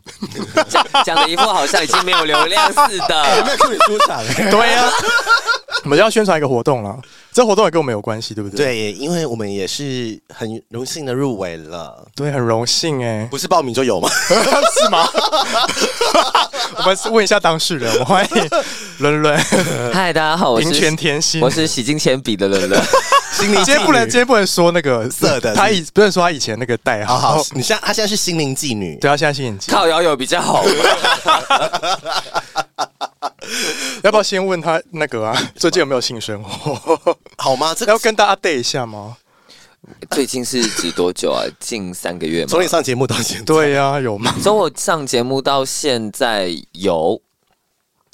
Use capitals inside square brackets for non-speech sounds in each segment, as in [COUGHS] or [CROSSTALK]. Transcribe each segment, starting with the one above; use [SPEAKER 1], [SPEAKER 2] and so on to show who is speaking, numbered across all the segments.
[SPEAKER 1] [LAUGHS]
[SPEAKER 2] [LAUGHS] 讲的一副好像已经没有流量似的。
[SPEAKER 3] [LAUGHS] 没有你出场。
[SPEAKER 1] 对呀、我们要宣传一个活动了，这活动也跟我们有关系，对不对？
[SPEAKER 3] 对，因为我们也是很荣幸的入围了，
[SPEAKER 1] 对，很荣幸哎，
[SPEAKER 3] 不是报名就有吗？
[SPEAKER 1] [LAUGHS] 是吗？ [LAUGHS] 我们问一下当事人，我欢迎伦伦，
[SPEAKER 2] 嗨，大家好，我
[SPEAKER 1] 银泉
[SPEAKER 2] 是
[SPEAKER 1] 甜心
[SPEAKER 2] 我。是洗金铅笔的人
[SPEAKER 3] [LAUGHS]
[SPEAKER 2] 了。
[SPEAKER 3] 心灵
[SPEAKER 1] 今天不能，今天不能说那个
[SPEAKER 3] 色的
[SPEAKER 1] 他以不能说他以前那个代
[SPEAKER 3] 好
[SPEAKER 1] 号，
[SPEAKER 3] [LAUGHS] 好，你现在他现在是心灵妓女，
[SPEAKER 1] 对他现在是眼镜，
[SPEAKER 2] 靠摇友比较好，
[SPEAKER 1] 要不要先问他那个啊？最近有没有性生活？
[SPEAKER 3] 好吗？这
[SPEAKER 1] 要
[SPEAKER 3] 个
[SPEAKER 1] 跟大家 day 一下吗？
[SPEAKER 2] 最近是指多久啊？近三个月吗
[SPEAKER 3] 从？你上节目到现在，
[SPEAKER 1] 对呀、有吗？
[SPEAKER 2] 从我上节目到现在有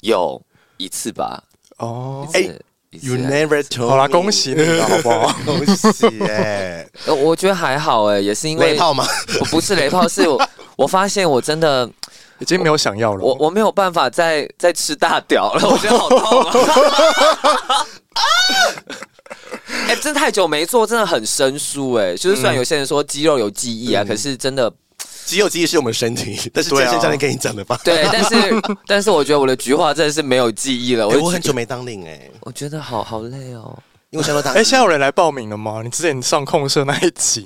[SPEAKER 2] 有一次吧，
[SPEAKER 1] 哦，
[SPEAKER 3] 哎
[SPEAKER 2] 是一次啊
[SPEAKER 3] ，You never told。
[SPEAKER 1] 好啦，恭喜你 [LAUGHS] 了，好不好？
[SPEAKER 3] 恭喜 [LAUGHS] 哎，
[SPEAKER 2] 呃我觉得还好哎、也是因为
[SPEAKER 3] 雷 [LAUGHS] 炮吗？
[SPEAKER 2] 我不是雷炮，是我 [LAUGHS] 我发现我真的
[SPEAKER 1] 已经没有想要了，
[SPEAKER 2] 我我没有办法再再吃大屌了， [LAUGHS] 我觉得好痛啊！哎、真的太久没做，真的很生疏哎、就是虽然有些人说肌肉有记忆啊，可是真的
[SPEAKER 3] 肌肉记忆是我们身体，但是
[SPEAKER 1] 对啊
[SPEAKER 3] 健身教练跟你讲的吧？
[SPEAKER 2] 对，但是但是我觉得我的菊花真的是没有记忆了。
[SPEAKER 3] 哎，
[SPEAKER 2] 我
[SPEAKER 3] 我很
[SPEAKER 2] 就
[SPEAKER 3] 久没当令哎，
[SPEAKER 2] 我觉得好好累哦。
[SPEAKER 3] 因为我想到当
[SPEAKER 1] 哎、，现在有人来报名了吗？你之前上控社那一集，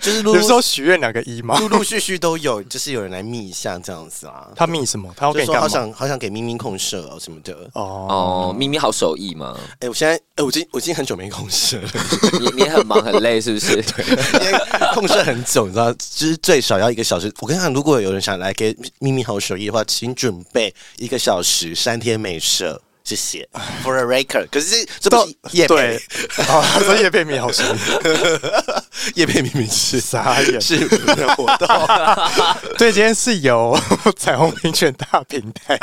[SPEAKER 3] 就是陆
[SPEAKER 1] 有
[SPEAKER 3] 陆
[SPEAKER 1] 时候许愿两个一吗？
[SPEAKER 3] 陆陆续续都有，就是有人来密一下这样子啊。
[SPEAKER 1] 他密什么？他要
[SPEAKER 3] 就
[SPEAKER 1] 跟
[SPEAKER 3] 是
[SPEAKER 1] 你
[SPEAKER 3] 说
[SPEAKER 1] 干
[SPEAKER 3] 好
[SPEAKER 1] 嘛？
[SPEAKER 3] 想好想给咪咪控射哦什么的。
[SPEAKER 1] 哦，
[SPEAKER 2] 哦，咪咪好手艺嘛，
[SPEAKER 3] 哎、我现在哎、我已经我已经很久没控射了，
[SPEAKER 2] 你你很忙很累是不是？
[SPEAKER 3] 因为控射很久，你知道，就是最少要一个小时。我跟你讲，如果有人想来给咪咪好手艺的话，请准备一个小时，三天没射。
[SPEAKER 1] [LAUGHS]
[SPEAKER 3] 谢谢，for a record。可是这这不是夜
[SPEAKER 1] 对 [LAUGHS]
[SPEAKER 3] 配，，
[SPEAKER 1] 啊，所以叶佩米好神秘，
[SPEAKER 3] 夜配明
[SPEAKER 1] [LAUGHS]
[SPEAKER 3] 明是
[SPEAKER 1] 傻眼。
[SPEAKER 3] 是我们
[SPEAKER 1] [LAUGHS]
[SPEAKER 3] 的活动。
[SPEAKER 1] 对，今天是由 [LAUGHS] 彩虹平权大平台。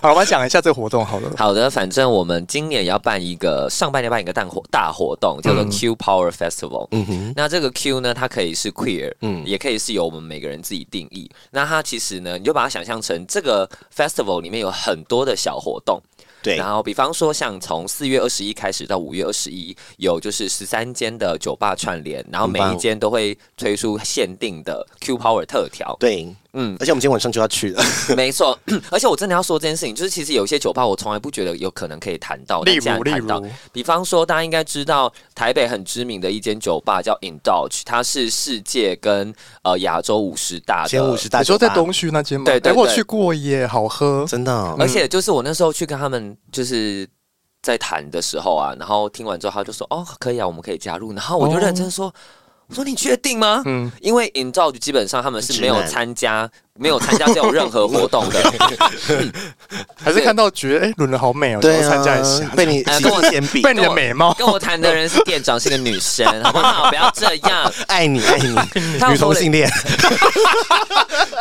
[SPEAKER 1] 好了，我们讲一下这个活动好了。
[SPEAKER 2] 好的，反正我们今年也要办一个上半年办一个大活大活动，叫做 Q Power Festival。嗯哼，那这个 Q 呢，它可以是 queer，嗯，也可以是由我们每个人自己定义。那它其实呢，你就把它想象成这个 festival 里面有很多的小活动。
[SPEAKER 3] 对，
[SPEAKER 2] 然后比方说像从四月二十一开始到五月二十一，有就是十三间的酒吧串联，然后每
[SPEAKER 3] 很
[SPEAKER 2] 一
[SPEAKER 3] 棒
[SPEAKER 2] 间都会推出限定的 Q Power 特调。
[SPEAKER 3] 对，嗯
[SPEAKER 2] 嗯，
[SPEAKER 3] 而且我们今天晚上就要去了。
[SPEAKER 2] 没错， [CLEARS THROAT] 而且我真的要说这件事情，就是其实有一些酒吧我从来不觉得有可能可以谈到，
[SPEAKER 1] 例如
[SPEAKER 2] 但既然谈到
[SPEAKER 1] 例如
[SPEAKER 2] 比方说大家应该知道台北很知名的一间酒吧叫 Indulge，它是世界跟呃亚洲五十大的
[SPEAKER 3] 前五十大
[SPEAKER 1] 你
[SPEAKER 3] 酒
[SPEAKER 1] 说
[SPEAKER 3] 吧，
[SPEAKER 1] 在东区那间吗？
[SPEAKER 2] 对对
[SPEAKER 1] 哎我
[SPEAKER 2] 对
[SPEAKER 1] 去过耶，好喝。
[SPEAKER 3] 真的哦、
[SPEAKER 2] 而且就是我那时候去跟他们就是在谈的时候啊，然后听完之后他就说哦可以啊，我们可以加入，然后我就
[SPEAKER 1] 哦
[SPEAKER 2] 认真说。我说你确定吗？
[SPEAKER 1] 嗯
[SPEAKER 2] 嗯，因为 i n d u l g 基本上他们是没
[SPEAKER 3] 直
[SPEAKER 2] 有
[SPEAKER 3] 男
[SPEAKER 2] 参加，没有参加这种任何活动的。 [LAUGHS]
[SPEAKER 1] 还是看到觉得哎，伦伦好美哦，
[SPEAKER 3] 对
[SPEAKER 1] 想
[SPEAKER 3] 啊，
[SPEAKER 1] 要参加一下。
[SPEAKER 3] 被你
[SPEAKER 2] 呃
[SPEAKER 3] 洗
[SPEAKER 2] 跟我
[SPEAKER 3] 铅笔，
[SPEAKER 1] 被你的美貌
[SPEAKER 2] 跟我谈的人是店长，是个女生，好不好？不要这样。
[SPEAKER 3] 爱你
[SPEAKER 1] [LAUGHS]
[SPEAKER 3] 爱你，
[SPEAKER 2] 他
[SPEAKER 3] 女
[SPEAKER 2] 有说
[SPEAKER 3] 同
[SPEAKER 2] 了
[SPEAKER 3] 性恋。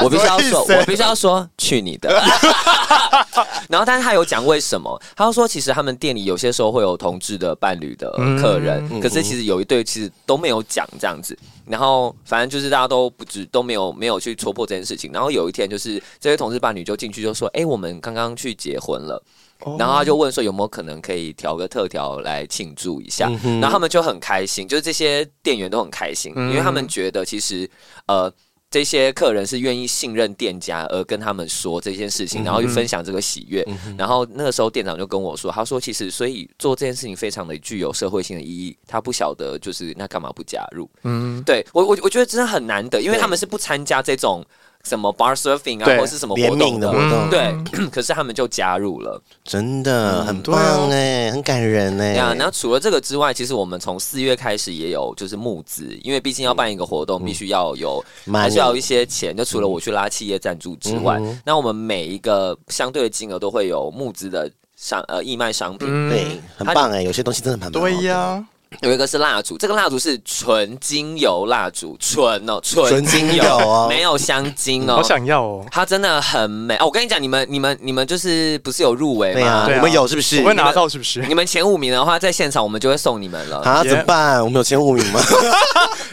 [SPEAKER 2] 我必须要
[SPEAKER 1] 什么
[SPEAKER 2] 说，
[SPEAKER 1] 意思
[SPEAKER 2] 我必须要说，去你的。 [LAUGHS] 然后，但是他有讲为什么？他就说，其实他们店里有些时候会有同志的伴侣的
[SPEAKER 1] 嗯
[SPEAKER 2] 客人，可是其实有一对其实都没有讲这样子。然后，反正就是大家都不知都没有没有去戳破这件事情。然后有一天，就是这位同志伴侣就进去就说：“哎、我们刚刚去结婚了。”
[SPEAKER 1] 哦
[SPEAKER 2] 然后他就问说有没有可能可以调个特调来庆祝一下，
[SPEAKER 1] 嗯
[SPEAKER 2] 然后他们就很开心，就是这些店员都很开心，因为他
[SPEAKER 1] 嗯
[SPEAKER 2] 们觉得其实呃这些客人是愿意信任店家而跟他们说这件事
[SPEAKER 3] 嗯
[SPEAKER 2] 情，然后去分享这个喜悦。然后那个时候店长就跟我说，他说其实所以做这件事情非常的具有社会性的意义，他不晓得就是那干嘛不加入？嗯，对我我我觉得真的很难得，因为他们是不参加这种什么 bar surfing 啊
[SPEAKER 1] 对
[SPEAKER 2] 或是什么活
[SPEAKER 3] 联
[SPEAKER 2] 动
[SPEAKER 3] 名的
[SPEAKER 2] 的
[SPEAKER 3] 活。
[SPEAKER 1] 嗯
[SPEAKER 3] 动，
[SPEAKER 2] 对， [COUGHS] 可是他们就加入了。
[SPEAKER 3] 真的很
[SPEAKER 1] 对啊啊
[SPEAKER 3] 棒哎、很感人哎、
[SPEAKER 2] 呀，那除了这个之外，其实我们从四月开始也有就是募资，因为毕竟要办一个活
[SPEAKER 3] 嗯
[SPEAKER 2] 动，必须要有
[SPEAKER 3] Money
[SPEAKER 2] 还是要有一些钱。就除
[SPEAKER 3] 嗯
[SPEAKER 2] 了我去拉企业赞助之外，那我们每一个相对的金额都会有募资的商呃义卖商品。
[SPEAKER 3] 嗯欸对，很棒哎、有些东西真的蛮蛮好的
[SPEAKER 1] 嗯对呀，
[SPEAKER 2] 有一个是蜡烛，这个蜡烛是纯精油蜡烛，纯哦，纯
[SPEAKER 3] 纯精油哦
[SPEAKER 2] 没有香精哦
[SPEAKER 1] 好。想要哦，
[SPEAKER 2] 它真的很美哦！我跟你讲，你们、你们、你们就是不是有入围
[SPEAKER 3] 对
[SPEAKER 2] 吗
[SPEAKER 3] 啊，？
[SPEAKER 1] 对啊
[SPEAKER 3] 我们有是不是
[SPEAKER 1] 我？会拿到是不是？
[SPEAKER 2] 你们前五名的话，在现场我们就会送你们了，
[SPEAKER 3] 啊，怎么办？我们有前五名
[SPEAKER 1] [LAUGHS]
[SPEAKER 3] 吗？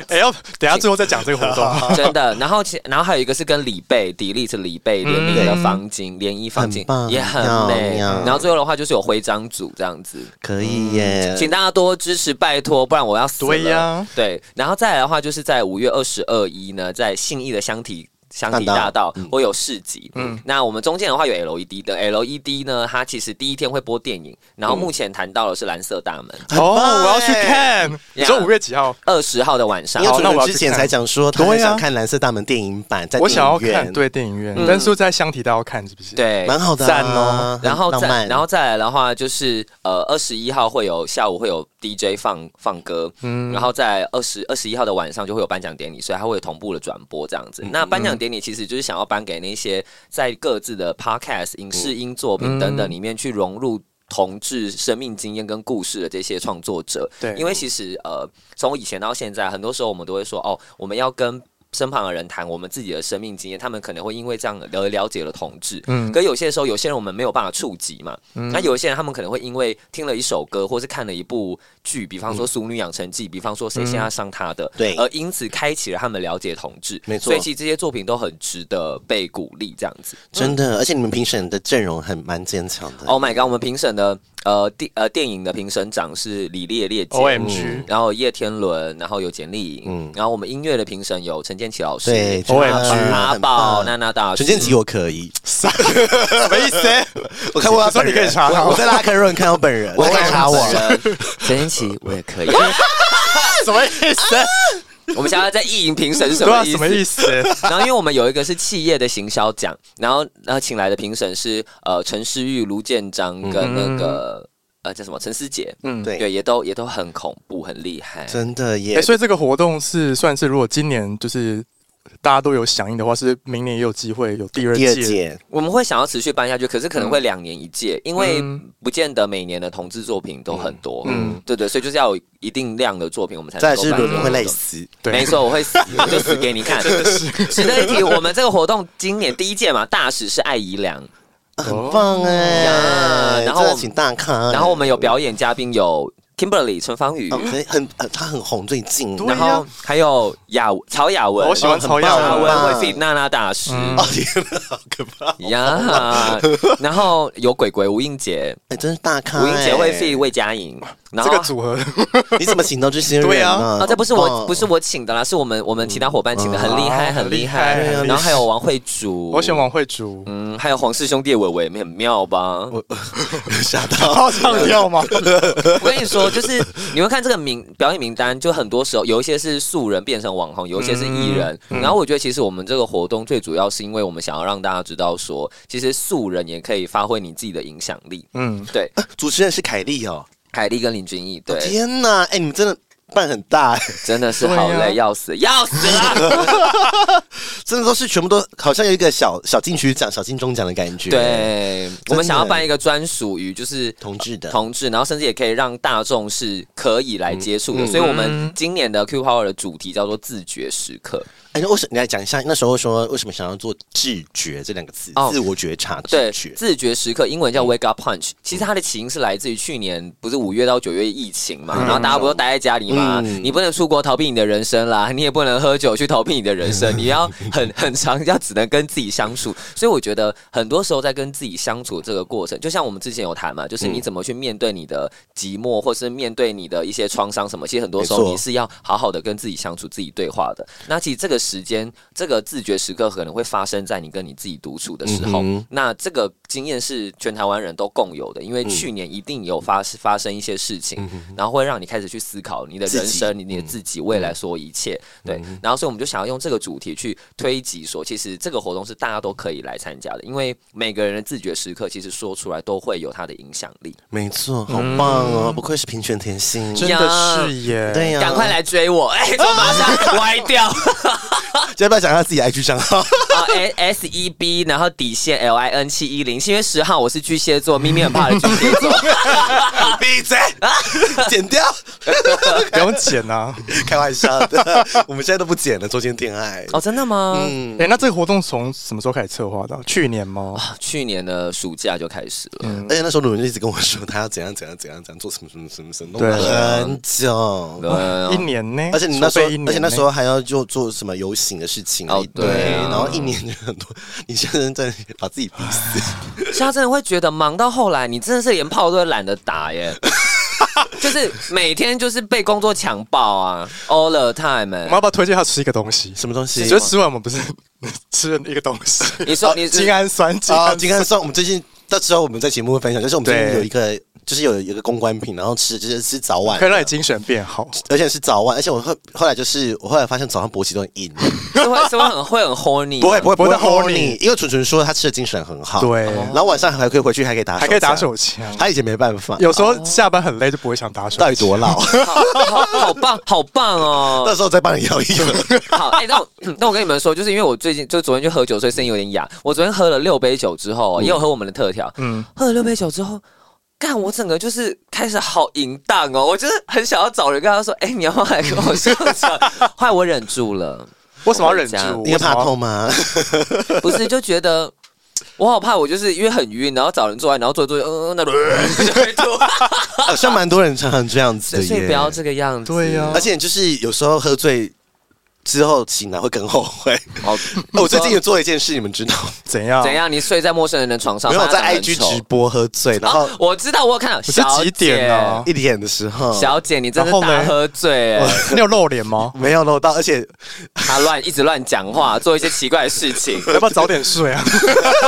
[SPEAKER 1] 哎，要等一下最后再讲这个活 [LAUGHS] 动。
[SPEAKER 2] 真的。然后其，然后还有一个是跟李贝、迪丽是李贝联名的
[SPEAKER 1] 嗯
[SPEAKER 2] 方巾联谊方巾
[SPEAKER 3] 很，棒
[SPEAKER 2] 也很
[SPEAKER 3] 妙
[SPEAKER 2] 美。
[SPEAKER 3] 妙
[SPEAKER 2] 然后最后的话就是有徽章组这样子，
[SPEAKER 3] 可以耶，
[SPEAKER 1] 嗯
[SPEAKER 2] 请大家多支持，拜托，不然我要死了。
[SPEAKER 1] 对呀
[SPEAKER 2] 对然后再来的话，就是在五月二十二一呢，在信义的香体。香体大
[SPEAKER 3] 大
[SPEAKER 2] 道会有市集，嗯，那我们中间的话有 LED 的，LED 呢，它其实第一天会播电影，然后目前谈到的是蓝色大门，
[SPEAKER 3] 棒
[SPEAKER 1] 哦，我要去
[SPEAKER 3] 哎
[SPEAKER 1] 看。你说
[SPEAKER 2] 呀
[SPEAKER 1] 五月几号？
[SPEAKER 2] 二十号的晚上
[SPEAKER 3] 因为，
[SPEAKER 1] 好
[SPEAKER 3] 主
[SPEAKER 1] 那我要
[SPEAKER 3] 任
[SPEAKER 1] 去
[SPEAKER 3] 之前才讲说，他
[SPEAKER 1] 看
[SPEAKER 3] 很
[SPEAKER 1] 对啊
[SPEAKER 3] 想看《蓝色大门》电影版，在
[SPEAKER 1] 我想要
[SPEAKER 3] 电影
[SPEAKER 1] 看
[SPEAKER 3] 院，
[SPEAKER 1] 对电影院，但是在香体大要看是不是？，
[SPEAKER 2] 对，
[SPEAKER 3] 蛮好的啊，
[SPEAKER 1] 赞哦
[SPEAKER 2] 然后
[SPEAKER 3] 很浪
[SPEAKER 2] 再
[SPEAKER 3] 漫，
[SPEAKER 2] 然后再来的话，就是呃二十一号会有下午会有 DJ 放放歌，嗯，然后在二十二十一号的晚上就会有颁奖典礼，所以它会有同步的转播这样子。
[SPEAKER 3] 嗯
[SPEAKER 2] 那颁奖典礼其实就是想要颁给那些在各自的 podcast、影视音作品等
[SPEAKER 3] 嗯
[SPEAKER 2] 等里面去融入。同志生命经验跟故事的这些创作者，
[SPEAKER 1] 对
[SPEAKER 2] 因为其实呃，从以前到现在，很多时候我们都会说，哦，我们要跟身旁的人谈我们自己的生命经验，他们可能会因为这样而了解了同志，
[SPEAKER 1] 嗯
[SPEAKER 2] 可有些时候，有些人我们没有办法触及嘛。
[SPEAKER 3] 嗯
[SPEAKER 2] 那有一些人他们可能会因为听了一首歌，或是看了一部剧，比方说《俗女养成记》，比方说《谁先爱上她的》
[SPEAKER 3] 嗯对
[SPEAKER 2] 而因此开启了他们了解同志。
[SPEAKER 3] 没错
[SPEAKER 2] 所以其实这些作品都很值得被鼓励，这样子。
[SPEAKER 3] 真的，而且你们评审的阵容很蛮坚强
[SPEAKER 1] 哦
[SPEAKER 3] 的。
[SPEAKER 2] Oh my god！我们评审的呃电呃电影的评审长是李烈烈姐嗯
[SPEAKER 1] OMG
[SPEAKER 2] 然后叶天伦，然后有简丽颖，然后我们音乐的评审有陈建奇老师，
[SPEAKER 3] 嗯
[SPEAKER 2] 呃
[SPEAKER 3] 对
[SPEAKER 1] ，OMG
[SPEAKER 2] 阿
[SPEAKER 3] 很
[SPEAKER 2] 宝、
[SPEAKER 3] 棒
[SPEAKER 2] 娜娜大师，
[SPEAKER 3] 呃陈建奇我可以，
[SPEAKER 1] 什么意
[SPEAKER 3] [LAUGHS]
[SPEAKER 1] 思？
[SPEAKER 3] 我看过他
[SPEAKER 1] 你说
[SPEAKER 3] 本
[SPEAKER 1] 你
[SPEAKER 3] 人，
[SPEAKER 1] 可以查他
[SPEAKER 3] 我我在拉客人看到本人，
[SPEAKER 2] 我
[SPEAKER 3] 他可以查我。
[SPEAKER 2] 陈 [LAUGHS] 建奇我也可以。
[SPEAKER 1] 什么意思？
[SPEAKER 2] 我们想要在意淫评审是什
[SPEAKER 1] 对啊，
[SPEAKER 2] 么意
[SPEAKER 1] 什
[SPEAKER 2] 思？
[SPEAKER 1] 么意思？
[SPEAKER 2] 然后因为我们有一个是企业的行销奖，然后然后请来的评审是呃陈诗玉、卢建章跟那个、呃叫什么陈思杰，
[SPEAKER 1] 嗯，
[SPEAKER 3] 对
[SPEAKER 2] 对，也都也都很恐怖，很厉害。
[SPEAKER 3] 真的耶
[SPEAKER 1] 哎，，所以这个活动是算是，如果今年就是大家都有响应的话，是明年也有机会有第二
[SPEAKER 3] 第二
[SPEAKER 1] 届。
[SPEAKER 3] 届
[SPEAKER 2] 我们会想要持续办下去，可是可能会两年一届，因为
[SPEAKER 1] 嗯
[SPEAKER 2] 不见得每年的同志作品都很多，
[SPEAKER 1] 嗯
[SPEAKER 2] 嗯，对对，所以就是要有一定量的作品，我们才能
[SPEAKER 3] 再来
[SPEAKER 2] 够
[SPEAKER 3] 是
[SPEAKER 2] 办
[SPEAKER 3] 伦
[SPEAKER 2] 这
[SPEAKER 3] 伦
[SPEAKER 2] 个
[SPEAKER 3] 会
[SPEAKER 2] 活
[SPEAKER 3] 累
[SPEAKER 2] 动
[SPEAKER 3] 死，
[SPEAKER 1] 对
[SPEAKER 2] 没错，我会死，我就死给你
[SPEAKER 1] [LAUGHS]
[SPEAKER 2] 看。值得一提，我们这个活动今年第一届嘛，大使是艾怡良，
[SPEAKER 1] 很
[SPEAKER 3] 很。棒哎
[SPEAKER 2] 呀！然后
[SPEAKER 3] 真的请大咖，哎
[SPEAKER 2] 然后我们有表演嘉宾有 Kimberly 陈芳宇，
[SPEAKER 3] 嗯哦，可以很呃他很红最近，
[SPEAKER 1] 对
[SPEAKER 2] 然
[SPEAKER 1] 呀
[SPEAKER 2] 后还有雅曹雅文，
[SPEAKER 1] 我喜欢
[SPEAKER 3] 很
[SPEAKER 1] 曹
[SPEAKER 3] 棒
[SPEAKER 1] 雅
[SPEAKER 2] 曹雅
[SPEAKER 1] 文，嗯
[SPEAKER 2] 文会 fit 娜娜大师
[SPEAKER 3] 哦
[SPEAKER 1] 啊
[SPEAKER 3] 天哪，好可怕！
[SPEAKER 2] 呀， [LAUGHS] 然后有鬼鬼吴映洁，
[SPEAKER 3] 哎，真是大咖，
[SPEAKER 2] 吴映洁会 fit
[SPEAKER 3] 费，
[SPEAKER 2] 魏佳莹，然
[SPEAKER 1] 这
[SPEAKER 2] 后
[SPEAKER 1] 个组合，
[SPEAKER 3] 你怎么请到这些
[SPEAKER 1] 对
[SPEAKER 3] 人
[SPEAKER 1] 啊
[SPEAKER 3] 呢？
[SPEAKER 2] 啊，这不是
[SPEAKER 3] 好
[SPEAKER 2] 我，
[SPEAKER 3] 棒
[SPEAKER 2] 不是我请的啦，是我们我们其他伙伴请的，很厉害，
[SPEAKER 1] 嗯
[SPEAKER 2] 很厉
[SPEAKER 1] 很
[SPEAKER 2] 害
[SPEAKER 1] 厉害。
[SPEAKER 2] 然后还有王慧竹，
[SPEAKER 1] 我喜欢王慧竹，
[SPEAKER 2] 嗯，还有皇室兄弟伟伟，很妙吧？
[SPEAKER 3] [LAUGHS] 吓
[SPEAKER 1] [LAUGHS]
[SPEAKER 3] 到，
[SPEAKER 1] 好唱跳吗？
[SPEAKER 2] 我跟你说，就是你们看这个名表演名单，就很多时候有一些是素人变成网红，有一些是
[SPEAKER 3] 嗯
[SPEAKER 2] 艺人。然后我觉得，其实我们这个活动最主要是因为我们想要让大家知道说，其实素人也可以发挥你自己的影响力。
[SPEAKER 1] 嗯，
[SPEAKER 2] 对，
[SPEAKER 3] 主持人是凯莉哦，
[SPEAKER 2] 凯莉跟林俊逸，对，
[SPEAKER 3] 呃天哪，哎，你们真的办很大哎，
[SPEAKER 2] 真的是好
[SPEAKER 1] 对啊
[SPEAKER 2] 累，要死，要死啦！
[SPEAKER 3] [LAUGHS] 真的都是全部都好像有一个小小金曲奖、小金钟奖的感觉，，
[SPEAKER 2] 对，我们
[SPEAKER 3] 真的
[SPEAKER 2] 想要办一个专属于就是
[SPEAKER 3] 同志的，
[SPEAKER 2] 同志，然后甚至也可以让大众是可以来接
[SPEAKER 3] 嗯
[SPEAKER 2] 触的。所以，我们今年的 Q Power 的主题叫做自觉时刻。
[SPEAKER 3] 哎，那为什么你来讲一下？那时候说为什么想要做自觉这两个词
[SPEAKER 2] 哦，
[SPEAKER 3] 自我觉察、自
[SPEAKER 2] 对，
[SPEAKER 3] 觉，嗯
[SPEAKER 2] 自觉时刻，英文叫 wake up punch。其实它的起因是来自于去年不是五月到九月疫情嘛，然后大家不都待在家里嘛，
[SPEAKER 3] 嗯
[SPEAKER 2] 你不能出国逃避你的人生啦， [LAUGHS] 你也不能喝酒去逃避你的人
[SPEAKER 3] [LAUGHS]
[SPEAKER 2] 生，你要很 [LAUGHS] 很长要只能跟自己相处。所以我觉得很多时候在跟自己相处这个过程，就像我们之前有谈嘛，
[SPEAKER 3] 嗯
[SPEAKER 2] 就是你怎么去面对你的寂寞，或是面对你的一些创伤什么，其实很多时
[SPEAKER 3] 没
[SPEAKER 2] 候
[SPEAKER 3] 错
[SPEAKER 2] 你是要好好的跟自己相处、自己对话的。那其实这个时间，这个自觉时刻可能会发生在你跟你自己独处的时候。
[SPEAKER 3] 嗯哼
[SPEAKER 2] 那这个经验是全台湾人都共有的，因为去年一定有发发生一些事情，然后会让你开始去思考你的人生、你的自己、未来所有一切。对，然后所以我们就想要用这个主题去推及说，其实这个活动是大家都可以来参加的，因为每个人的自觉时刻其实说出来都会有它的影响力。
[SPEAKER 3] 没错，好棒哦，不愧是平权甜心，
[SPEAKER 1] 真的是耶，
[SPEAKER 3] 对呀，
[SPEAKER 2] 嗯赶快来追我！哎、怎么马上歪掉？
[SPEAKER 3] 要不要讲一下自己的 IG
[SPEAKER 2] [LAUGHS]
[SPEAKER 3] 账号？
[SPEAKER 2] 啊，S E B，然后底线 L I N 七一零，因为十号我是巨蟹座，咪咪很怕的巨蟹座。
[SPEAKER 3] [LAUGHS] 闭嘴，剪掉。
[SPEAKER 1] 不用剪啊！
[SPEAKER 3] 开玩笑的，我们现在都不剪了，中间恋爱。
[SPEAKER 2] 哦，真的吗？
[SPEAKER 1] 哎、那这个活动从什么时候开始策划的啊？去年吗？
[SPEAKER 2] 去年的暑假就开始了。
[SPEAKER 3] 而且那时候鲁伦就一直跟我说他要怎样怎样怎样怎样做什么什么什么什么，弄
[SPEAKER 1] 对
[SPEAKER 3] 了很 [LAUGHS] 久。
[SPEAKER 2] 对
[SPEAKER 1] 一年呢？
[SPEAKER 3] 而且你那时候
[SPEAKER 1] 筹备一，年
[SPEAKER 3] 而且那
[SPEAKER 1] 呢
[SPEAKER 3] 时候还要就做什么游行的事情
[SPEAKER 2] 哦对啊
[SPEAKER 3] 然后一年就很多，你现在在把自己逼死。
[SPEAKER 2] 现在真的会觉得忙到后来，你真的是连炮都懒得打耶， [LAUGHS] 就是每天就是被工作强暴啊，all the
[SPEAKER 1] 我
[SPEAKER 2] time
[SPEAKER 1] 们
[SPEAKER 2] 欸。
[SPEAKER 1] 要不要推荐他吃一个东西？
[SPEAKER 3] 什么东西？
[SPEAKER 1] 就是吃完我们不是 [LAUGHS] 吃了一个东西，
[SPEAKER 2] 你说你
[SPEAKER 1] 精氨酸，精
[SPEAKER 3] 啊，
[SPEAKER 1] 氨
[SPEAKER 3] 今天算我们最近到时候我们在节目会分享，就是我们最近
[SPEAKER 1] 对
[SPEAKER 3] 有一个就是有一个公关品，然后吃就是吃早晚
[SPEAKER 1] 可，以让你精神变好。
[SPEAKER 3] 而且是早晚，而且我后后来就是我后来发现早上勃起都很硬，
[SPEAKER 2] 是会是会很会很 horny，啊
[SPEAKER 3] 不会不会
[SPEAKER 1] [LAUGHS] 不
[SPEAKER 3] 不
[SPEAKER 1] 会
[SPEAKER 3] 会
[SPEAKER 1] 到
[SPEAKER 3] horny，因为纯纯说他吃的精神很好，
[SPEAKER 1] 对
[SPEAKER 3] 然后晚上还可以回去还可以打手
[SPEAKER 1] 还
[SPEAKER 3] 枪
[SPEAKER 1] 可以打手枪
[SPEAKER 3] 他以前没办法，
[SPEAKER 1] 有时候下班很累就不会想打手
[SPEAKER 3] 到
[SPEAKER 1] 枪
[SPEAKER 3] 底，多老？
[SPEAKER 2] 好
[SPEAKER 3] [LAUGHS]
[SPEAKER 2] 好好棒好棒哦 [LAUGHS]
[SPEAKER 3] 到。时候再帮你摇一个，
[SPEAKER 2] 好，哎、那我那我跟你们说，就是因为我最近就昨天去喝酒，所以声音有点哑。我昨天喝了六杯酒之后，也有喝我们的特调，
[SPEAKER 1] 嗯，
[SPEAKER 2] 喝了六杯酒之后，干我整个就是开始好淫荡哦，我就是很想要找人跟他说，哎、你要不要来跟我上床？ [LAUGHS] 后来我忍住了，
[SPEAKER 1] 为什么要忍
[SPEAKER 2] 我回家
[SPEAKER 1] 住？
[SPEAKER 3] 你会
[SPEAKER 1] 为什
[SPEAKER 3] 怕
[SPEAKER 1] 么要
[SPEAKER 3] 痛吗？
[SPEAKER 2] 不是就觉得。我好怕，我就是因为很晕，然后找人做爱，然后做一做，
[SPEAKER 1] [LAUGHS]
[SPEAKER 2] 嗯，那就会吐。
[SPEAKER 3] [LAUGHS] 好像蛮多人常常这样子
[SPEAKER 2] 所
[SPEAKER 3] 的
[SPEAKER 2] 以不要
[SPEAKER 3] 耶，
[SPEAKER 2] 这个样子。
[SPEAKER 1] 对呀
[SPEAKER 3] 而且就是有时候喝醉之后醒来会更后悔。
[SPEAKER 2] 哦，
[SPEAKER 3] 我最近有做一件事，你们知道吗？
[SPEAKER 2] [LAUGHS]
[SPEAKER 1] 怎样？
[SPEAKER 2] 怎？样？你睡在陌生人的床上，
[SPEAKER 3] 没有
[SPEAKER 2] 发
[SPEAKER 3] 在
[SPEAKER 2] 现他长得
[SPEAKER 3] IG
[SPEAKER 2] 很丑
[SPEAKER 3] 直播喝醉，然后
[SPEAKER 2] 啊，我知道，我有看到。
[SPEAKER 1] 是几点啊
[SPEAKER 2] 呢？
[SPEAKER 3] 一点的时候，？
[SPEAKER 2] [LAUGHS] 小姐，你真的
[SPEAKER 1] 然后嘞
[SPEAKER 2] 大喝醉欸，
[SPEAKER 1] [LAUGHS] 你有露脸吗
[SPEAKER 3] [LAUGHS] 没有漏到，而且
[SPEAKER 2] 她乱一直乱讲话，做一些奇怪的事
[SPEAKER 3] [LAUGHS]
[SPEAKER 2] 情。
[SPEAKER 1] 要不要早点睡啊？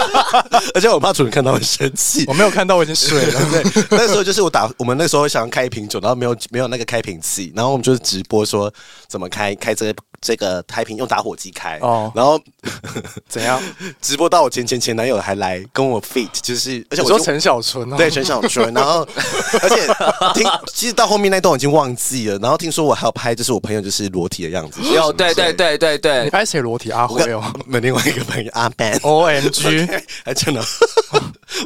[SPEAKER 1] [LAUGHS]
[SPEAKER 3] 而且我怕主人看到会
[SPEAKER 2] [LAUGHS]
[SPEAKER 3] 生气
[SPEAKER 1] 我。没有看到，我已经睡了。
[SPEAKER 3] 对，那时候就是我打，我们那时候想要开一瓶酒，然后没有没有那个开瓶器，然后我们就是直播说怎么开开这个这个开瓶，用打火机开。
[SPEAKER 1] 哦
[SPEAKER 3] 哦，然后 [LAUGHS]
[SPEAKER 1] 怎样？
[SPEAKER 3] 直播到我前前前男友还来跟我 fit，就是而且
[SPEAKER 1] 你
[SPEAKER 3] 我
[SPEAKER 1] 说
[SPEAKER 3] 就
[SPEAKER 1] 陈小春哦，
[SPEAKER 3] 对，陈小春，
[SPEAKER 1] [LAUGHS]
[SPEAKER 3] 然后而且听，其实到后面那段我已经忘记了，然后听说我还有拍，就是我朋友就是裸体的样
[SPEAKER 1] 哦
[SPEAKER 3] 子，
[SPEAKER 2] 有，对对，对对
[SPEAKER 1] 你
[SPEAKER 2] 对，
[SPEAKER 1] 拍谁裸体阿
[SPEAKER 3] 我
[SPEAKER 1] 辉
[SPEAKER 3] 跟
[SPEAKER 1] 哦
[SPEAKER 3] [LAUGHS] 我们另外一个朋友阿 Ben，
[SPEAKER 1] ？O M G，
[SPEAKER 3] 还真的， [LAUGHS]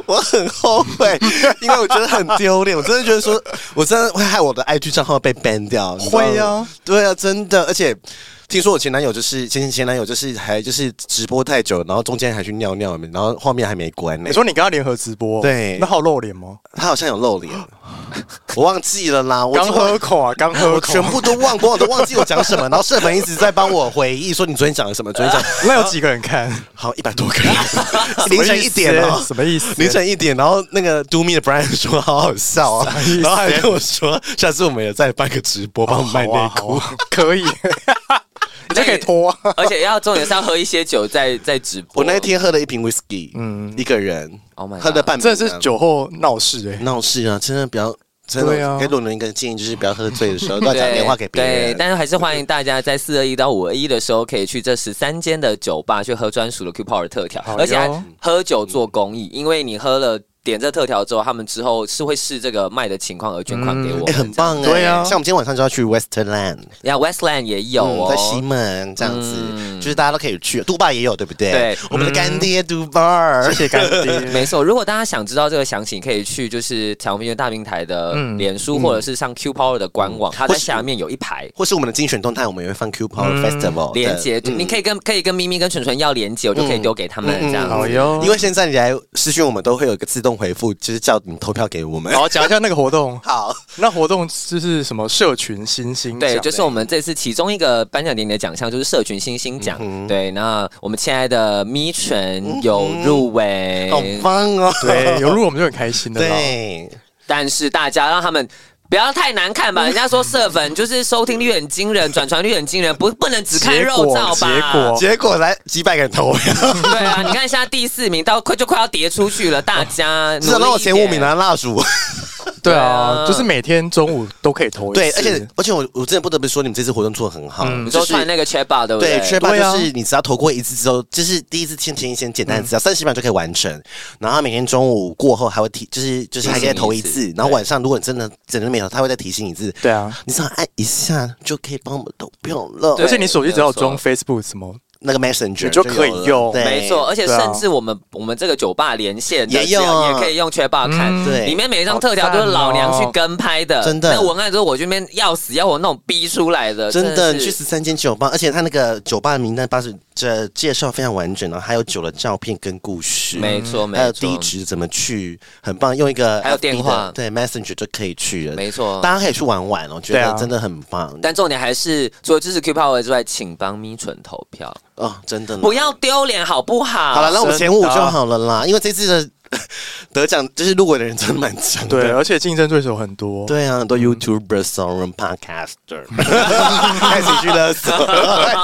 [SPEAKER 3] 我很后悔，因为我觉得很丢脸，我真的觉得说，我真的会害我的 IG 账号被 ban 掉，你知道吗
[SPEAKER 1] 会啊，
[SPEAKER 3] 对啊，真的，而且。听说我前男友就是前前男友就是还就是直播太久，然后中间还去尿尿，然后画面还没关呢、
[SPEAKER 1] 你说你跟他联合直播，哦
[SPEAKER 3] 对
[SPEAKER 1] 那好露脸吗？
[SPEAKER 3] 他好像
[SPEAKER 1] [LAUGHS]
[SPEAKER 3] 有露脸，我忘记了啦。我
[SPEAKER 1] 刚喝口啊，刚喝
[SPEAKER 3] 我
[SPEAKER 1] 口，
[SPEAKER 3] 全部都忘光，我都忘记我讲什么。然后社粉一直在帮我回忆，说你昨天讲了什么，昨天讲
[SPEAKER 1] 那有几个人看？
[SPEAKER 3] 好一百多个， [LAUGHS] 凌晨一点哦，
[SPEAKER 1] 什么意思？
[SPEAKER 3] 凌晨一点。然后那个 Do Me 的 Brian 说好好笑啊， [LAUGHS] 然后还跟我说下次我们也再办个直播，帮我
[SPEAKER 1] 啊
[SPEAKER 3] 卖内裤。 [LAUGHS] 哎
[SPEAKER 1] 可以，你就可以脱啊。
[SPEAKER 2] [LAUGHS] 而且要重点是要喝一些酒再再直播。
[SPEAKER 3] 我那一天喝了一瓶 whisky，嗯，一个人
[SPEAKER 2] Oh my God
[SPEAKER 3] 喝了半瓶
[SPEAKER 1] 真的
[SPEAKER 3] 啊，
[SPEAKER 1] 是酒后闹事哎，
[SPEAKER 3] 闹事啊，真的不要。真
[SPEAKER 1] 对啊
[SPEAKER 3] 的，给伦伦一个建议，就是不要喝醉的时候乱
[SPEAKER 2] 对
[SPEAKER 3] 打电话给别人。
[SPEAKER 2] 对，但是还是欢迎大家在四二一到五二一的时候，可以去这十三间的酒吧去喝专属的 Q Power 特调
[SPEAKER 1] 好哟，
[SPEAKER 2] 而且还喝酒做公益，因为你喝了点这特调之后，他们之后是会视这个卖的情况而捐款给我们。 [LAUGHS]
[SPEAKER 3] 哎，很棒哎！
[SPEAKER 1] 对啊
[SPEAKER 3] 像我们今天晚上就要去 Westland，
[SPEAKER 2] 然后 Westland 也有
[SPEAKER 3] 嗯
[SPEAKER 2] 哦，
[SPEAKER 3] 在西门这样子，
[SPEAKER 2] 嗯
[SPEAKER 3] 就是大家都可以去。杜拜也有，对不对？
[SPEAKER 2] 对，
[SPEAKER 3] 我们的干爹杜拜，
[SPEAKER 1] 谢谢干爹。
[SPEAKER 2] 没错，如果大家想知道这个详情，可以去就是彩虹平原大平台的
[SPEAKER 1] 嗯
[SPEAKER 2] 脸书，或者是上 Q Power 的官
[SPEAKER 3] 嗯
[SPEAKER 2] 网，它在下面有一排。
[SPEAKER 3] 或是我们的精选动态，我们也会放 Q Power Festival 的
[SPEAKER 2] 连接，你可以跟可以跟咪咪跟纯纯要连接，我就可以丢给他们
[SPEAKER 3] 嗯
[SPEAKER 2] 这
[SPEAKER 1] [LAUGHS]
[SPEAKER 2] 样
[SPEAKER 1] 好
[SPEAKER 2] 子。
[SPEAKER 1] 哟，
[SPEAKER 3] 因为现在你来私讯我们都会有一个自动回复，就是叫你投票给我们。
[SPEAKER 1] 好讲一下那个活动，
[SPEAKER 3] 好，
[SPEAKER 1] 那活动就是什么社群新星
[SPEAKER 2] 对，
[SPEAKER 1] 奖
[SPEAKER 2] 就是我们这次其中一个颁奖典礼的奖项就是社群星星奖。
[SPEAKER 3] 嗯
[SPEAKER 2] 对，那我们亲爱的咪纯有入围，
[SPEAKER 3] 好棒哦！ [LAUGHS]
[SPEAKER 1] 对，有入我们就很开心的啦。
[SPEAKER 3] 对，
[SPEAKER 2] 但是大家让他们。不要太难看吧，
[SPEAKER 3] 嗯
[SPEAKER 2] 人家说色粉就是收听率很惊人，转传率很惊人，不不能只看
[SPEAKER 1] 结
[SPEAKER 2] 肉
[SPEAKER 1] 果
[SPEAKER 2] 照吧？
[SPEAKER 1] 结果
[SPEAKER 3] 结果来几百个人投票， [LAUGHS]
[SPEAKER 2] 对啊，你看现在第四名，到快就快要跌出去了，大
[SPEAKER 3] [LAUGHS]
[SPEAKER 2] 家
[SPEAKER 3] 至少啊让我前五名
[SPEAKER 2] 了。
[SPEAKER 3] 拿蜡烛。
[SPEAKER 1] 对
[SPEAKER 2] 对
[SPEAKER 1] 啊，
[SPEAKER 2] 啊
[SPEAKER 1] 就是每天中午都可以投一次。
[SPEAKER 3] 对，而且而且我我真的不得不说，你们这次活动做的很好，
[SPEAKER 1] 嗯
[SPEAKER 2] 你
[SPEAKER 3] 就
[SPEAKER 2] 说
[SPEAKER 3] 是
[SPEAKER 2] 穿那个 c h e b a 对不对？
[SPEAKER 3] 对，缺乏
[SPEAKER 1] 对啊
[SPEAKER 3] 就是你只要投过一次之后，就是第一次先填一些简单的
[SPEAKER 2] 嗯
[SPEAKER 3] 资料，三十秒就可以完成。然后他每天中午过后还会提，就是就是还可以投一
[SPEAKER 2] 提
[SPEAKER 3] 次
[SPEAKER 2] 醒你一。
[SPEAKER 3] 然后晚上如果你真的整个没有，他会再提醒你一次。
[SPEAKER 1] 对啊，
[SPEAKER 3] 你只要按一下就可以帮我们投票了。
[SPEAKER 2] 对
[SPEAKER 1] 而且你手机只要有装
[SPEAKER 2] 没有
[SPEAKER 1] Facebook 什么
[SPEAKER 3] 那个 Messenger
[SPEAKER 1] 你就可以
[SPEAKER 3] 有了
[SPEAKER 1] 用
[SPEAKER 3] 对
[SPEAKER 2] 没错，而且
[SPEAKER 1] 对啊
[SPEAKER 2] 甚至我们、我们这个酒吧连线的
[SPEAKER 3] 也有
[SPEAKER 2] 这样也可以用缺霸看，
[SPEAKER 1] 嗯
[SPEAKER 3] 啊对哦
[SPEAKER 2] 里面每一张特调都是老娘去跟拍的，
[SPEAKER 3] 真的
[SPEAKER 2] 那文案都是我这边要死要活那种逼出来的，
[SPEAKER 3] 真的，你去
[SPEAKER 2] 是
[SPEAKER 3] 十三间酒吧，而且他那个酒吧的名单，巴士这介绍非常完整，然后还有酒的照片跟故事，
[SPEAKER 2] 没错没
[SPEAKER 3] 还有
[SPEAKER 2] 错
[SPEAKER 3] 地址呃怎么去，很棒，用一个
[SPEAKER 2] 还有
[SPEAKER 3] FB 的
[SPEAKER 2] 电话
[SPEAKER 3] 对 Messenger 就可以去了，
[SPEAKER 2] 没错
[SPEAKER 3] 大家可以去玩玩哦，觉
[SPEAKER 1] 对
[SPEAKER 3] 得
[SPEAKER 1] 啊
[SPEAKER 3] 真的很棒，
[SPEAKER 2] 但重点还是除了支持 Q Power 之外，请帮咪纯投票，
[SPEAKER 3] 哦，真的呢
[SPEAKER 2] 不要丢脸好不好？
[SPEAKER 3] 好了，那我们前五
[SPEAKER 1] 真
[SPEAKER 3] 就
[SPEAKER 1] 的
[SPEAKER 3] 好了啦，因为这次的 [LAUGHS] 得奖就是入围的人真的蛮强的，
[SPEAKER 1] 对，啊嗯而且竞争对手很多。
[SPEAKER 3] 对 [LAUGHS] 啊，很多 YouTuber、商人、Podcaster，开 [LAUGHS] 始去勒索，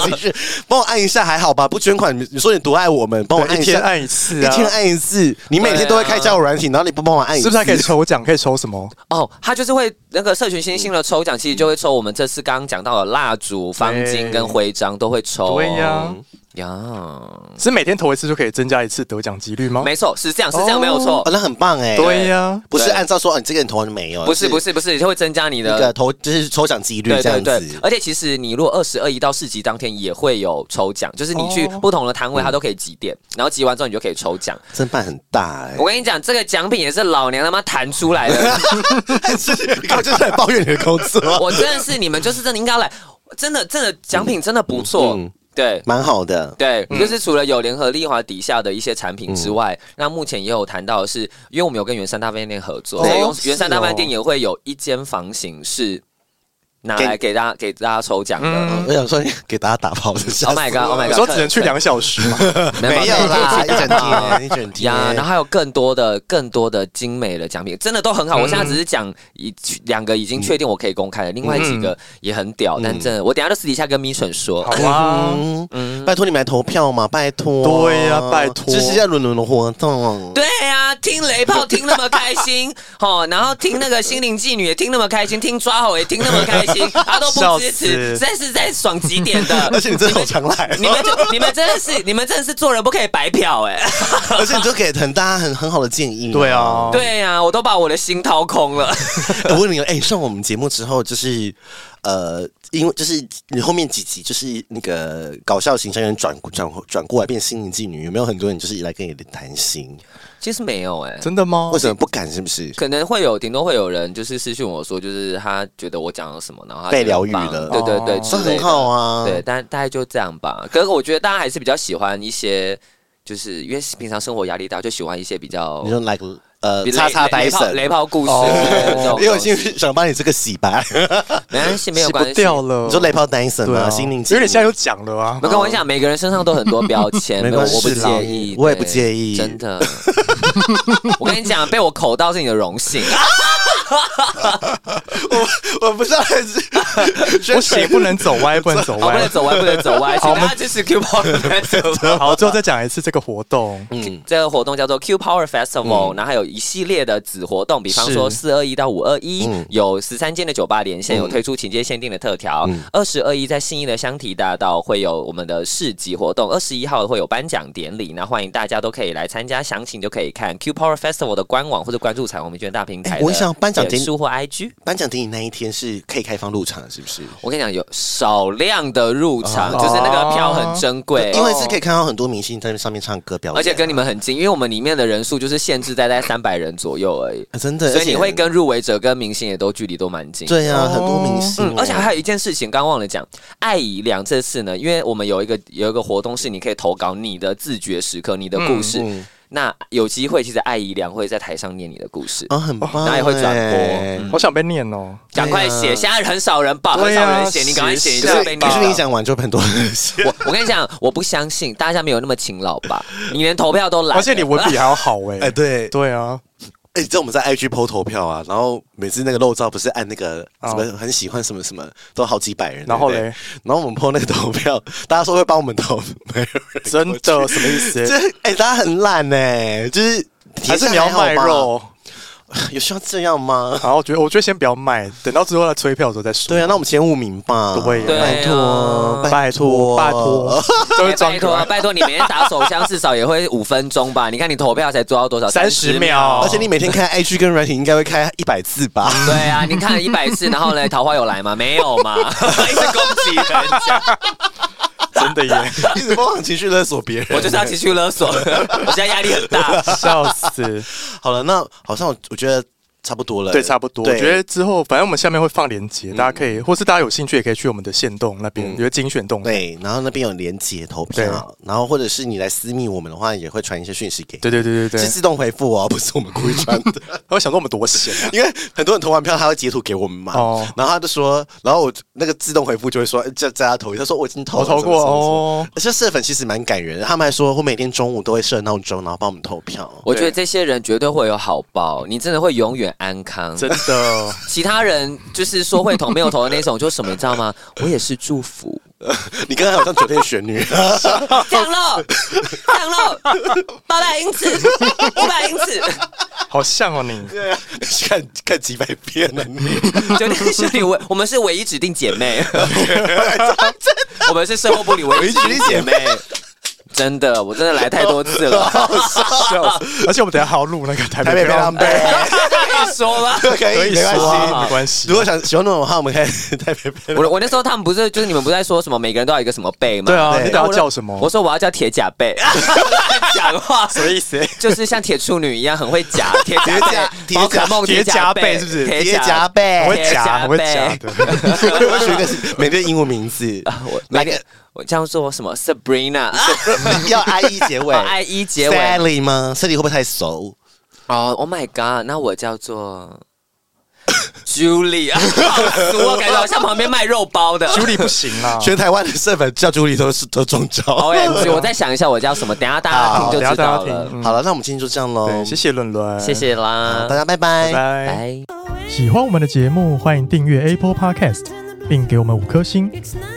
[SPEAKER 3] 继续帮我按一下，还好吧？不捐款，你你说你多爱我们，帮我
[SPEAKER 1] 对，
[SPEAKER 3] 按
[SPEAKER 1] 一
[SPEAKER 3] 一
[SPEAKER 1] 天
[SPEAKER 3] 下，
[SPEAKER 1] 按一次
[SPEAKER 3] 一
[SPEAKER 1] 啊，
[SPEAKER 3] 天按一次，你每天都会开交友软体，然后你不帮我按一
[SPEAKER 1] 是
[SPEAKER 3] 次，
[SPEAKER 1] 不是还可以抽奖？可以抽什么？
[SPEAKER 2] 哦，他就是会那个社群新星的抽奖，其实就会抽我们这次刚刚讲到的蜡烛、方巾跟徽章都会
[SPEAKER 3] 哦
[SPEAKER 2] 抽。
[SPEAKER 1] 对呀，
[SPEAKER 2] 呀，
[SPEAKER 1] 是每天投一次就可以增加一次得奖几率吗？
[SPEAKER 2] 没错，是这样，是这样，
[SPEAKER 1] 哦
[SPEAKER 2] 没有错
[SPEAKER 3] 哦，。那很棒哎，
[SPEAKER 1] 对呀，
[SPEAKER 3] 不是
[SPEAKER 2] 对
[SPEAKER 3] 按照说哦你这个人头就没有，
[SPEAKER 2] 不是不是不是，就会增加你
[SPEAKER 3] 那个
[SPEAKER 2] 的。
[SPEAKER 3] 投就是抽奖几率
[SPEAKER 2] 呃对
[SPEAKER 3] 这
[SPEAKER 2] 对
[SPEAKER 3] 样
[SPEAKER 2] 对
[SPEAKER 3] 子，，
[SPEAKER 2] 而且其实你如果二十二移到市集当天也会有抽奖，就是你去
[SPEAKER 1] 哦
[SPEAKER 2] 不同的摊位，它都可以集点，然后集完之后你就可以抽奖。
[SPEAKER 3] 真办很大哎
[SPEAKER 2] 我，跟你讲，这个奖品也是老娘他妈弹出来的，
[SPEAKER 3] [LAUGHS] 你看我就是来抱怨你的工
[SPEAKER 2] [LAUGHS]
[SPEAKER 3] 作，
[SPEAKER 2] 我真的是你们就是真的应该来，真的真的奖品真的不错
[SPEAKER 3] 嗯嗯，
[SPEAKER 2] 对。
[SPEAKER 3] 蛮好的，
[SPEAKER 2] 对，嗯就是除了有联合利华底下的一些产品之外，那目前也有谈到的是，因为我们有跟圆山大饭店合作，
[SPEAKER 1] 哦
[SPEAKER 2] 所以用
[SPEAKER 1] 是哦
[SPEAKER 2] 圆山大饭店也会有一间房型是拿来给大家给大家抽奖的。
[SPEAKER 1] 嗯
[SPEAKER 3] 我想说给大家打炮的
[SPEAKER 2] ，Oh my god！Oh my
[SPEAKER 3] 哎
[SPEAKER 1] 你
[SPEAKER 2] god！
[SPEAKER 1] 说只能去两小时
[SPEAKER 3] [LAUGHS]
[SPEAKER 1] 吗？
[SPEAKER 3] 没有啦，一整天一整天，
[SPEAKER 2] 呀，然后还有更多的、更多的精美的奖品，真的都很好。我现
[SPEAKER 3] 嗯
[SPEAKER 2] 在只是讲一两个已经确定我可以公开的，另外几
[SPEAKER 3] 嗯
[SPEAKER 2] 个也很屌，但真的我等一下就私底下跟咪蠢说
[SPEAKER 1] 好。啊，
[SPEAKER 3] 嗯，拜托你们来投票嘛，拜托、
[SPEAKER 1] 对呀拜托
[SPEAKER 3] 支持一下伦伦的活动。
[SPEAKER 2] 对啊，听雷炮听那么开心， [LAUGHS] 哦，然后听那个心灵妓女也听那么开心，听抓吼也听那么开心，他都不支
[SPEAKER 1] 笑
[SPEAKER 2] 持，
[SPEAKER 1] 死
[SPEAKER 2] 实在是在爽几点的。
[SPEAKER 3] 而且你真的好常来哦，
[SPEAKER 2] 你们就你们真的是你们真的是做人不可以白嫖哎、
[SPEAKER 3] [LAUGHS] 而且你就给很大家很很好的建
[SPEAKER 1] [LAUGHS]
[SPEAKER 3] 议。
[SPEAKER 1] 对啊，
[SPEAKER 3] 哦
[SPEAKER 2] 对呀、啊，我都把我的心掏空了。 [LAUGHS]
[SPEAKER 3] 哎，我问你，哎、上我们节目之后，就是呃，因为就是你后面几集就是那个搞笑型成员转转转过来变心灵妓女，有没有很多人就是来跟你谈心？
[SPEAKER 2] 其实没有哎、
[SPEAKER 1] 真的吗
[SPEAKER 3] 为？什么不敢？是不是？
[SPEAKER 2] 可能会有，顶多会有人就是私讯我说，就是他觉得我讲了什么，然后他
[SPEAKER 3] 被
[SPEAKER 2] 觉得
[SPEAKER 3] 疗愈
[SPEAKER 2] 棒
[SPEAKER 3] 了
[SPEAKER 2] 对对对，
[SPEAKER 1] 哦
[SPEAKER 2] 之
[SPEAKER 3] 这
[SPEAKER 2] 类
[SPEAKER 3] 很
[SPEAKER 2] 的
[SPEAKER 3] 好啊。
[SPEAKER 2] 对，，但大概就这样吧。可是我觉得大家还是比较喜欢一些，就是因为平常生活压力大，就喜欢一些比较
[SPEAKER 3] 你说 like 呃，
[SPEAKER 2] 比
[SPEAKER 3] 叉叉
[SPEAKER 2] 雷
[SPEAKER 3] 呆
[SPEAKER 2] 雷炮
[SPEAKER 3] 神，
[SPEAKER 2] 雷炮故事
[SPEAKER 1] 哦
[SPEAKER 2] 之类的这种东西，
[SPEAKER 3] [LAUGHS] 因为我心里想把你这个洗白。
[SPEAKER 2] 哦没关系，没有
[SPEAKER 1] 洗
[SPEAKER 2] 关
[SPEAKER 1] 不
[SPEAKER 2] 系。
[SPEAKER 1] 掉了。
[SPEAKER 3] 你说雷炮单身
[SPEAKER 1] 对
[SPEAKER 3] 吗？
[SPEAKER 1] 啊，
[SPEAKER 3] 心灵
[SPEAKER 1] 因为你现在
[SPEAKER 3] 有
[SPEAKER 1] 有讲了啊
[SPEAKER 3] [LAUGHS]
[SPEAKER 2] 我，跟我讲，每个人身上都很多标签，
[SPEAKER 3] 没
[SPEAKER 2] 有
[SPEAKER 3] 关系
[SPEAKER 2] 我不
[SPEAKER 3] 啦
[SPEAKER 2] 介意，
[SPEAKER 3] 我也不
[SPEAKER 2] 对
[SPEAKER 3] 介意
[SPEAKER 2] 真的。 [LAUGHS] 我跟你讲，被我口到是你的荣幸。
[SPEAKER 3] 我不是很是，
[SPEAKER 1] 我血不能走歪，不能
[SPEAKER 3] [LAUGHS]
[SPEAKER 1] 走
[SPEAKER 2] 好，啊不
[SPEAKER 1] 歪
[SPEAKER 2] 能。走歪，不能走歪，请
[SPEAKER 1] 我们
[SPEAKER 2] 大家支持 Q
[SPEAKER 3] [LAUGHS]
[SPEAKER 2] Power
[SPEAKER 1] 好，最后再讲一次这个活动。
[SPEAKER 3] 嗯，
[SPEAKER 2] 这个活动叫做 Q Power Festival，、然后还有一系列的子活动，比方说四二一到五二一
[SPEAKER 3] 嗯，
[SPEAKER 2] 有十三间的酒吧连线，有推出情节限定的特调。
[SPEAKER 3] 嗯
[SPEAKER 2] 二十二一在信义的香堤大道会有我们的市集活动，二十一号会有颁奖典礼，那欢迎大家都可以来参加，详情就可以看 Q Power Festival 的官网或者关注彩虹明圈大平台
[SPEAKER 3] 哎
[SPEAKER 2] 的
[SPEAKER 3] 我想颁奖典礼
[SPEAKER 2] 脸书或 IG。
[SPEAKER 3] 颁奖典礼那一天是可以开放入场，是不是？
[SPEAKER 2] 我跟你讲，有少量的入场，就是那个票很珍贵，
[SPEAKER 3] 啊因为是可以看到很多明星在上面唱歌表演啊，
[SPEAKER 2] 而且跟你们很近，因为我们里面的人数就是限制在在三百人左右而已，
[SPEAKER 3] 啊真的，
[SPEAKER 2] 所以你
[SPEAKER 3] 而且
[SPEAKER 2] 会跟入围者跟明星也都距离都蛮近。
[SPEAKER 3] 对呀，
[SPEAKER 1] 哦
[SPEAKER 3] 很多明星
[SPEAKER 2] 嗯
[SPEAKER 3] 哦，，
[SPEAKER 2] 而且还有一件事情，刚忘了讲，爱姨两这次呢，因为我们有一个有一个活动是你可以投稿你的自觉时刻、你的故事，
[SPEAKER 3] 嗯
[SPEAKER 2] 那有机会其实爱姨两会在台上念你的故事，
[SPEAKER 3] 啊，很棒，
[SPEAKER 2] 哪里会转播嗯
[SPEAKER 3] 哎
[SPEAKER 1] 好想被念哦，
[SPEAKER 2] 赶快
[SPEAKER 3] 对
[SPEAKER 2] 写，
[SPEAKER 3] 啊
[SPEAKER 2] 现在很少人报，很
[SPEAKER 1] 对
[SPEAKER 2] 少
[SPEAKER 1] 啊
[SPEAKER 2] 人写，你赶快写一
[SPEAKER 3] 可
[SPEAKER 2] 下
[SPEAKER 3] 是
[SPEAKER 2] 被
[SPEAKER 3] 可
[SPEAKER 2] 念
[SPEAKER 3] 是
[SPEAKER 2] 到
[SPEAKER 3] 你讲完就很多人写，
[SPEAKER 2] 我我跟你讲，我不相信大家没有那么勤劳吧？你连投票都懒，
[SPEAKER 1] 而且你文
[SPEAKER 2] [LAUGHS]
[SPEAKER 1] 笔还要好 [LAUGHS] 哎。
[SPEAKER 3] 哎，对，
[SPEAKER 1] 对啊，
[SPEAKER 3] [LAUGHS] 哎，你知道我们在 IG 投投票啊，然后每次那个漏照不是按那个
[SPEAKER 1] 哦
[SPEAKER 3] 什么很喜欢什么什么，都好几百人，
[SPEAKER 1] 然后
[SPEAKER 3] 对不对
[SPEAKER 1] 嘞，
[SPEAKER 3] 然后我们 PO 那个投票，大家说会帮我们投，没有人
[SPEAKER 1] 真的什么意思？
[SPEAKER 3] [LAUGHS] 这哎、大家很懒呢、就是
[SPEAKER 1] 还是你要卖，肉？
[SPEAKER 3] 有需要这样吗？
[SPEAKER 1] 好，我觉得我觉得先不要卖，等到之后来催票的时候再说。
[SPEAKER 3] 对啊，那我们前五名吧。
[SPEAKER 1] 对啊
[SPEAKER 3] 拜托，
[SPEAKER 1] 拜托拜托，， [LAUGHS] 都
[SPEAKER 2] 哎
[SPEAKER 1] 是装
[SPEAKER 2] 啊拜
[SPEAKER 1] 可
[SPEAKER 2] 托
[SPEAKER 1] 爱。
[SPEAKER 2] 拜托，你每天打手枪至少也会五分钟吧？你看你投票才做到多
[SPEAKER 3] [LAUGHS]
[SPEAKER 2] 少？
[SPEAKER 1] 30秒
[SPEAKER 3] 而且你每天开 IG 跟软体应该会开一百次吧？ [LAUGHS]
[SPEAKER 2] 对啊，你看了一
[SPEAKER 1] [LAUGHS] 哎
[SPEAKER 2] 百次，然后呢，桃花有来吗？没有嘛，一直攻击人家。
[SPEAKER 1] 真的耶，
[SPEAKER 3] 一直疯狂情绪勒索别人。
[SPEAKER 2] [LAUGHS] 我就是要情绪勒索，我现在压力很大。
[SPEAKER 1] 笑死！
[SPEAKER 3] [LAUGHS] 好了，那好像我我觉得差不多了。
[SPEAKER 1] 对，差嗯不多。我
[SPEAKER 3] 对
[SPEAKER 1] 觉得之后，反正我们下面会放链接，大家可以，或是大家有兴趣也可以去我们的线动那边，有精选动态。
[SPEAKER 3] 对，然后那边有连接投票，然后或者是你来私密我们的话，也会传一些讯息给你。
[SPEAKER 1] 对对对对对
[SPEAKER 3] 是。自动回复哦，不 [LAUGHS] 是我们故意传
[SPEAKER 1] [LAUGHS]
[SPEAKER 3] 的。
[SPEAKER 1] 我想说我们多闲啊，
[SPEAKER 3] 因为很多人投完票，他会截图给我们嘛，
[SPEAKER 1] 哦
[SPEAKER 3] 然后他就说，然后我那个自动回复就会说，哎叫大家投一下，他说我已经投
[SPEAKER 1] 我
[SPEAKER 3] 了
[SPEAKER 1] 投过。哦。
[SPEAKER 3] 而且社粉其实蛮感人的，他们还说会每天中午都会设闹钟，然后帮我们投票。 [LAUGHS]
[SPEAKER 2] 我觉得这些人绝对会有好报，你真的会永远安
[SPEAKER 1] [LAUGHS]
[SPEAKER 2] 康。
[SPEAKER 1] 真的，
[SPEAKER 2] 其他人就是说会投没有投的那种，就什么你知道吗？我也是祝福，
[SPEAKER 1] [LAUGHS]
[SPEAKER 3] 你刚才好像酒店玄女，
[SPEAKER 1] 啊
[SPEAKER 2] 降肉，降肉，八百英尺，五百英尺，
[SPEAKER 1] 好像哦你。
[SPEAKER 3] 对啊， [LAUGHS] 看看几百遍了你。
[SPEAKER 2] 酒店是你唯，我们是唯一指定姐 [LAUGHS] 妹，我们是生活部里唯一指定姐妹。真的，我真的来太多次 [LAUGHS] 了，
[SPEAKER 1] 笑死！ [LAUGHS] 而且我们等一下还要录那个 [LAUGHS] 台
[SPEAKER 3] 台
[SPEAKER 1] 北
[SPEAKER 3] 北
[SPEAKER 1] 漂
[SPEAKER 3] 漂
[SPEAKER 1] 亮
[SPEAKER 3] 亮
[SPEAKER 1] 妹，
[SPEAKER 3] 杯，
[SPEAKER 2] 可以说吗？
[SPEAKER 3] [LAUGHS] 可
[SPEAKER 1] 可
[SPEAKER 3] 以
[SPEAKER 1] 以
[SPEAKER 3] 没关
[SPEAKER 1] 说
[SPEAKER 3] 系。
[SPEAKER 1] 啊没关系
[SPEAKER 3] 如。果想喜欢那种的话，我们可以 [LAUGHS] 台北漂亮
[SPEAKER 2] [LAUGHS] 我我那时候他们不是就是你们不是在说什么每个人都要有一个什么背吗？
[SPEAKER 1] 对啊，
[SPEAKER 3] 对
[SPEAKER 1] 你等下叫什么？
[SPEAKER 2] 我说我要叫铁甲 [LAUGHS] 背，乱讲话
[SPEAKER 1] 什么意思？
[SPEAKER 2] 就是像铁处女一样很会夹，铁
[SPEAKER 3] 铁
[SPEAKER 2] 甲
[SPEAKER 3] 甲
[SPEAKER 2] 背， [LAUGHS] 宝可梦
[SPEAKER 1] 铁
[SPEAKER 2] 铁
[SPEAKER 1] 甲
[SPEAKER 2] 甲
[SPEAKER 1] 背
[SPEAKER 2] 背
[SPEAKER 1] 是不是
[SPEAKER 3] 叠加倍
[SPEAKER 1] 我会
[SPEAKER 2] 贴
[SPEAKER 1] 夹，
[SPEAKER 2] 夹
[SPEAKER 1] 我会
[SPEAKER 2] 背 [LAUGHS]
[SPEAKER 1] 夹的。
[SPEAKER 3] 杯，我选一个每天英文名 [LAUGHS] 字，
[SPEAKER 2] 我
[SPEAKER 3] 哪
[SPEAKER 2] 每
[SPEAKER 3] 个
[SPEAKER 2] 天我这样做什么 Sabrina 啊
[SPEAKER 3] 要 I E 结尾
[SPEAKER 2] I E 结尾
[SPEAKER 3] Sally 吗？Sally 会不会太熟？
[SPEAKER 2] 哦，Oh my God，那我叫做 [LAUGHS] Julie 啊，好俗哦，感觉好像旁边卖肉包的。
[SPEAKER 1] 朱莉不行
[SPEAKER 2] [LAUGHS]
[SPEAKER 1] 啦，
[SPEAKER 3] 全台湾的社粉叫朱莉都是都中招。
[SPEAKER 2] O M G，我再想一下我叫什么，等一下大家听就
[SPEAKER 1] 等一下
[SPEAKER 2] 知
[SPEAKER 1] 大
[SPEAKER 2] 道
[SPEAKER 1] 家
[SPEAKER 2] 了。
[SPEAKER 1] 听。嗯
[SPEAKER 3] 好了，那我们今天就这样喽
[SPEAKER 1] 对，，谢谢伦伦，
[SPEAKER 2] 谢，谢啦，
[SPEAKER 3] 大家拜拜。
[SPEAKER 1] 拜。
[SPEAKER 2] 拜。
[SPEAKER 1] 喜欢我们的节目，欢迎订阅 Apple Podcast，并给我们五颗星，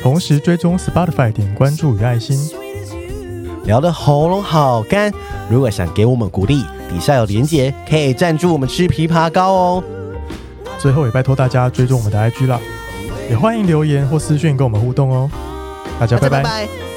[SPEAKER 1] 同时追踪 Spotify 点关注与爱心。
[SPEAKER 3] 聊的喉咙好干，如果想给我们鼓励，底下有连结，可以赞助我们吃枇杷膏哦。
[SPEAKER 1] 最后也拜托大家追踪我们的 IG 啦，也欢迎留言或私讯跟我们互动哦。大家拜拜。
[SPEAKER 3] 拜